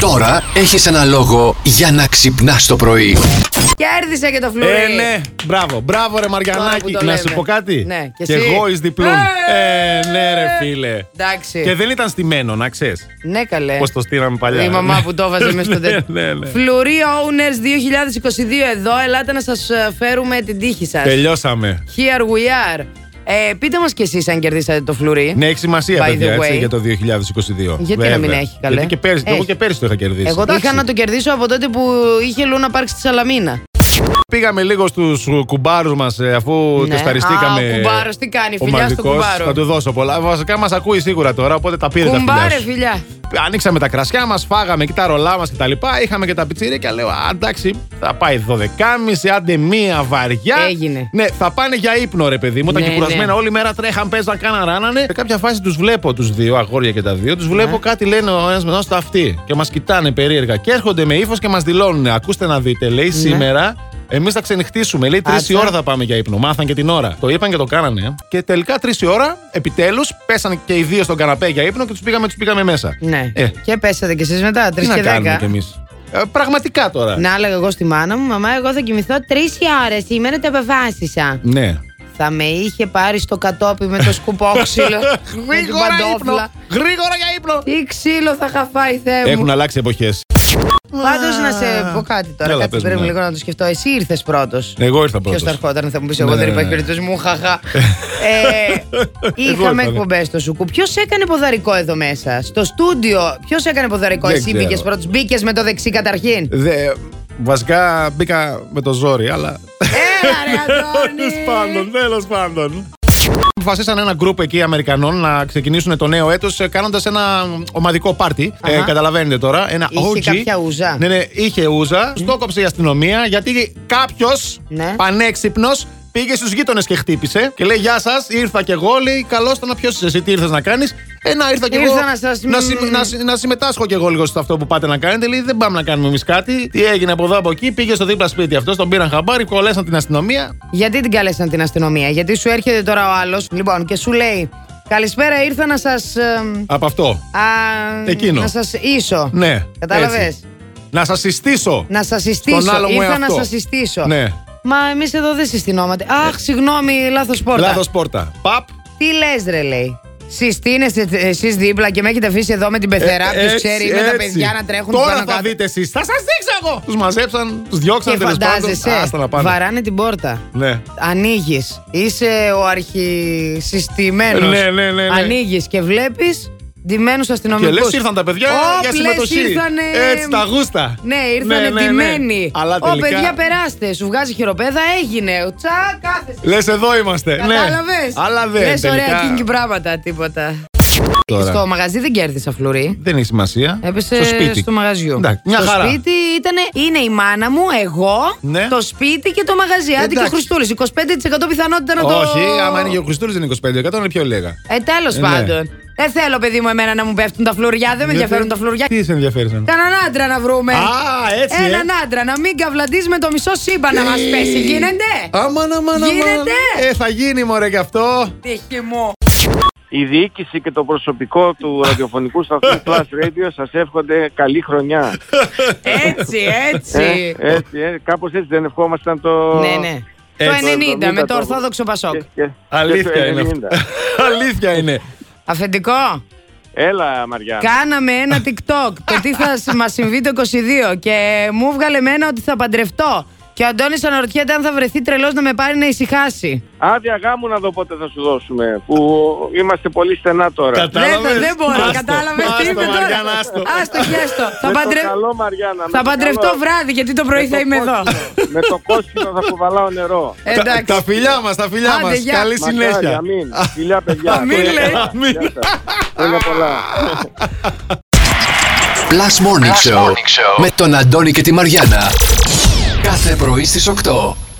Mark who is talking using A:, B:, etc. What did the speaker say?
A: Τώρα έχεις ένα λόγο για να ξυπνάς το πρωί.
B: Κέρδισε και το φλουρί.
C: Ε, ναι, μπράβο, μπράβο ρε
B: Τώρα που
C: Μαριανάκη.
B: το
C: Να
B: λέμε.
C: σου πω κάτι.
B: Ναι, και
C: και
B: εσύ.
C: εγώ εις διπλούν.
B: Ε,
C: Ε, ναι, ρε φίλε.
B: Εντάξει.
C: Και δεν ήταν στημένο, να ξέρεις.
B: Ναι, καλέ.
C: Πώς το στείλαμε παλιά. Ε,
B: Η μαμά που το βάζε μέσα στο
C: Ναι,
B: τέτοιο.
C: ναι, ναι.
B: Φλουρί Owners 2022 εδώ. Ελάτε να σας φέρουμε την τύχη σας.
C: Τελειώσαμε.
B: Here we are. Ε, πείτε μας κι εσείς αν κερδίσατε το φλουρί.
C: Ναι, έχει σημασία
B: By
C: παιδιά,
B: the
C: έτσι,
B: way.
C: για το 2022.
B: Γιατί να μην έχει, καλέ.
C: Γιατί και πέρυσι,
B: Έχει.
C: εγώ και πέρυσι το είχα κερδίσει.
B: Εγώ το
C: Εντάξει.
B: είχα να το κερδίσω από τότε που είχε Λούνα Πάρκ στη Σαλαμίνα.
C: Πήγαμε λίγο στους κουμπάρους μας ε, αφού
B: Ναι.
C: τεσταριστήκαμε.
B: Α, ο κουμπάρος, τι κάνει,
C: ο
B: φιλιά στο
C: μαγικός.
B: κουμπάρο.
C: Θα του δώσω πολλά. Βασικά μας ακούει σίγουρα τώρα, οπότε τα πήρε τα φιλιά.
B: Κουμπάρε,
C: σου.
B: φιλιά.
C: Ανοίξαμε τα κρασιά μας, φάγαμε και τα ρολά μας και τα λοιπά. Είχαμε και τα πιτσίρικα. Λέω, «Α, εντάξει, θα πάει 12.30, άντε μία βαριά.
B: Έγινε.
C: Ναι, θα πάνε για ύπνο, ρε παιδί μου. Ήταν
B: Ναι,
C: και κουρασμένα.
B: ναι.
C: Όλη μέρα τρέχαν, παίζαν, κάναν, ράνανε. Σε κάποια φάση τους βλέπω τους δύο, αγόρια και τα δύο. Τους
B: Ναι.
C: βλέπω κάτι λένε ο ένας με τον στο αυτή. Και μας κοιτάνε περίεργα. Και έρχονται με ύφος και μας δηλώνουν. Ακούστε να δείτε,
B: Ναι.
C: λέει σήμερα. Εμείς θα ξενυχτήσουμε. Λέει τρεις
B: Άτσα.
C: η ώρα θα πάμε για ύπνο. Μάθαν και την ώρα. Το είπαν και το κάνανε. ε. Και τελικά τρεις η ώρα, επιτέλους, πέσαν και οι δύο στον καναπέ για ύπνο και τους πήγαμε, τους πήγαμε μέσα.
B: Ναι.
C: Ε,
B: Και πέσατε κι εσείς μετά, 3
C: τι να
B: και
C: κάνουμε
B: 10.
C: κι εμείς. Ε, πραγματικά τώρα.
B: Να έλεγα εγώ στη μάνα μου, μαμά, εγώ θα κοιμηθώ τρεις ώρε. Σήμερα το αποφάσισα.
C: Ναι.
B: Θα με είχε πάρει στο κατόπι με το σκουπόξυλο. με την
C: Γρήγορα
B: παντόφλα.
C: ύπνο. Ε, Γρήγορα για ύπνο.
B: Τι ξύλο θα είχα φάει, Θεέ μου.
C: Έχουν αλλάξει εποχές.
B: Πάντως να σε πω κάτι τώρα.
C: Έλα,
B: Κάτσε
C: πες μου,
B: πρέπει
C: ναι.
B: λίγο να το σκεφτώ. Εσύ ήρθες πρώτος.
C: Εγώ ήρθα πρώτο.
B: Ποιο θα ερχόταν, θα μου πεις, εγώ
C: Ναι,
B: δεν
C: ναι,
B: υπάρχει
C: ναι.
B: περίπτωση μου, χαχά. ε,
C: Εγώ
B: είχαμε
C: ήρθα,
B: εκπομπές στο σουκού. Ποιος έκανε ποδαρικό εδώ μέσα, στο στούντιο, ποιος έκανε ποδαρικό,
C: Δεν
B: εσύ
C: ξέρω.
B: μπήκες πρώτος, μπήκες με το δεξί καταρχήν.
C: Δε, βασικά μπήκα με το ζόρι, αλλά.
B: Έλα ρε Αντώνη.
C: τέλος πάντων. Αποφασίσαν ένα γκρουπ εκεί Αμερικανών να ξεκινήσουν το νέο έτος κάνοντας ένα ομαδικό πάρτι. Ε,
B: Αχα.
C: καταλαβαίνετε τώρα. Ένα
B: Είχε
C: OG.
B: κάποια ούζα.
C: Ναι, ναι, είχε ούζα. Στόκοψε η αστυνομία γιατί κάποιος
B: Ναι.
C: πανέξυπνος πήγε στους γείτονες και χτύπησε. Και λέει: Γεια σας, ήρθα κι εγώ. Λέει: Καλώ το να ποιο εσύ, τι ήρθες να κάνεις. Ε, να ήρθα κι εγώ.
B: Ήρθα να σας-
C: να, συμ- να συ- να συμμετάσχω κι εγώ λίγο σε αυτό που πάτε να κάνετε. Λέει: Δεν πάμε να κάνουμε εμείς κάτι. Τι έγινε από εδώ από εκεί. Πήγε στο δίπλα σπίτι αυτό, τον πήραν χαμπάρι, κολέσαν την αστυνομία.
B: Γιατί την καλέσαν την αστυνομία, Γιατί σου έρχεται τώρα ο άλλος, λοιπόν, και σου λέει Καλησπέρα, ήρθα να σας.
C: Από αυτό. Εκείνο.
B: Να σας ίσω.
C: Ναι.
B: Κατάλαβες.
C: έτσι. Να σας συστήσω.
B: Να σας συστήσω.
C: Στον άλλο μου
B: ήρθα να
C: εαυτό.
B: σας συστήσω.
C: Ναι. Ε.
B: Μα εμείς εδώ δεν συστηνόμαστε. Αχ, συγγνώμη, λάθος πόρτα.
C: Λάθος πόρτα. Παπ.
B: Τι λες, ρε, λέει. Συστήνεστε εσείς δίπλα και με έχετε αφήσει εδώ με την πεθερά.
C: Ε,
B: Ποιο
C: έτσι,
B: ξέρει, με τα
C: έτσι.
B: παιδιά να τρέχουν
C: Τώρα
B: πάνω
C: θα
B: κάτω.
C: δείτε εσείς. Θα σας δείξω εγώ. Τους μαζέψαν, τους διώξαν
B: Και
C: τέλος πάντων.
B: φαντάζεσαι,
C: Άστα να πάνε.
B: βαράνε την πόρτα.
C: Ναι.
B: Ανοίγεις. Είσαι ο αρχισυστημένος
C: Ναι, ναι, ναι, ναι.
B: Ανοίγεις και βλέπεις ντυμένους
C: Και
B: αστυνομικούς.
C: λες ήρθαν τα παιδιά για συμμετοχή.
B: Ήρθανε...
C: Έτσι τα γούστα.
B: Ναι, ήρθανε ναι,
C: ναι, ναι. Αλλά
B: Ω,
C: τελικά-
B: παιδιά, περάστε. Σου βγάζει χειροπέδα, έγινε. Τσά, κάθεσαι.
C: Λες εδώ είμαστε. Ναι.
B: Κατάλαβες.
C: Αλλά δεν.
B: Λες ωραία
C: τελικά-
B: κίνκι πράγματα, τίποτα.
C: Τώρα.
B: Στο μαγαζί δεν κέρδισα φλουρί.
C: Δεν έχει σημασία.
B: Έπεσε
C: στο σπίτι.
B: μαγαζιό.
C: Εντάξει, μια
B: στο
C: χαρά.
B: σπίτι ήταν, είναι η μάνα μου, εγώ,
C: Ναι.
B: το σπίτι και το μαγαζί. Άντε και ο
C: Εντάξει.
B: Χριστούλης. 25% πιθανότητα να το.
C: Όχι, άμα είναι και ο Χριστούλης δεν είναι 25%, είναι πιο λίγα.
B: Ε, τέλος
C: Ε, ναι.
B: πάντων. Δεν θέλω, παιδί μου, εμένα να μου πέφτουν τα φλουριά. Δεν με ενδιαφέρουν τα φλουριά.
C: Τι σε ενδιαφέρει να
B: Κανέναν άντρα να βρούμε.
C: Α, έτσι. ε.
B: Έναν άντρα να μην καυλαντίζει με το μισό σύμπαν να μας πέσει. Γίνεται.
C: Αμάν, αμάν, αμάν.
B: Γίνεται.
C: Ε, θα γίνει μωρέ κι αυτό.
B: Τύχη μου.
D: Η διοίκηση και το προσωπικό του ραδιοφωνικού σταθμού Plus Radio σας εύχονται καλή χρονιά.
B: Έτσι,
D: Ε,
B: έτσι.
D: έτσι, ε, κάπως έτσι δεν ευχόμασταν το...
B: Ναι, ναι. Το
C: Έτσι.
B: 90 με το
D: το-
B: Ορθόδοξο Πασόκ.
D: Και- και- και
C: Αλήθεια
D: το
C: είναι.
D: 90.
C: αυτό. Αλήθεια είναι.
B: Αφεντικό,
D: Έλα Μαριά.
B: κάναμε ένα TikTok το τι θα μας συμβεί το 22 και μου βγάλε εμένα ότι θα παντρευτώ. Και ο Αντώνης αναρωτιέται αν θα βρεθεί τρελός να με πάρει να ησυχάσει.
D: Άδεια γάμου να δω πότε θα σου δώσουμε, που είμαστε πολύ στενά τώρα.
B: Δεν,
C: Κατάλαβες.
B: θα- δεν μπορώ,
C: Άστο,
B: κατάλαβες τι
C: άστο,
B: είμαι τώρα.
C: Μαριάννα, άστο.
B: Άστο, χέστο. Θα,
D: Με το
B: παντρε-
D: καλό, Μαριάννα, με
B: θα
D: το
B: παντρευτώ
D: καλό.
B: βράδυ γιατί το πρωί
D: Με
B: θα
D: το
B: είμαι εδώ.
D: κόκκινο. Με το κόσκινο θα κουβαλάω νερό.
C: Τα-
B: Εντάξει.
C: Τα φιλιά μας, τα φιλιά
B: Άντε,
C: μας.
B: γεια.
C: Καλή
D: Μακάρι,
C: συνέχεια.
D: Αμήν. Φιλιά, παιδιά.
B: Αμήν,
D: Χρόνια
B: λέει.
D: πολλά.
C: Αμήν.
D: Γεια σας. Χρόνια πολλά.
A: Plus Morning, Show, με τον Αντώνη και τη Μαριάνα. Κάθε πρωί στις 8.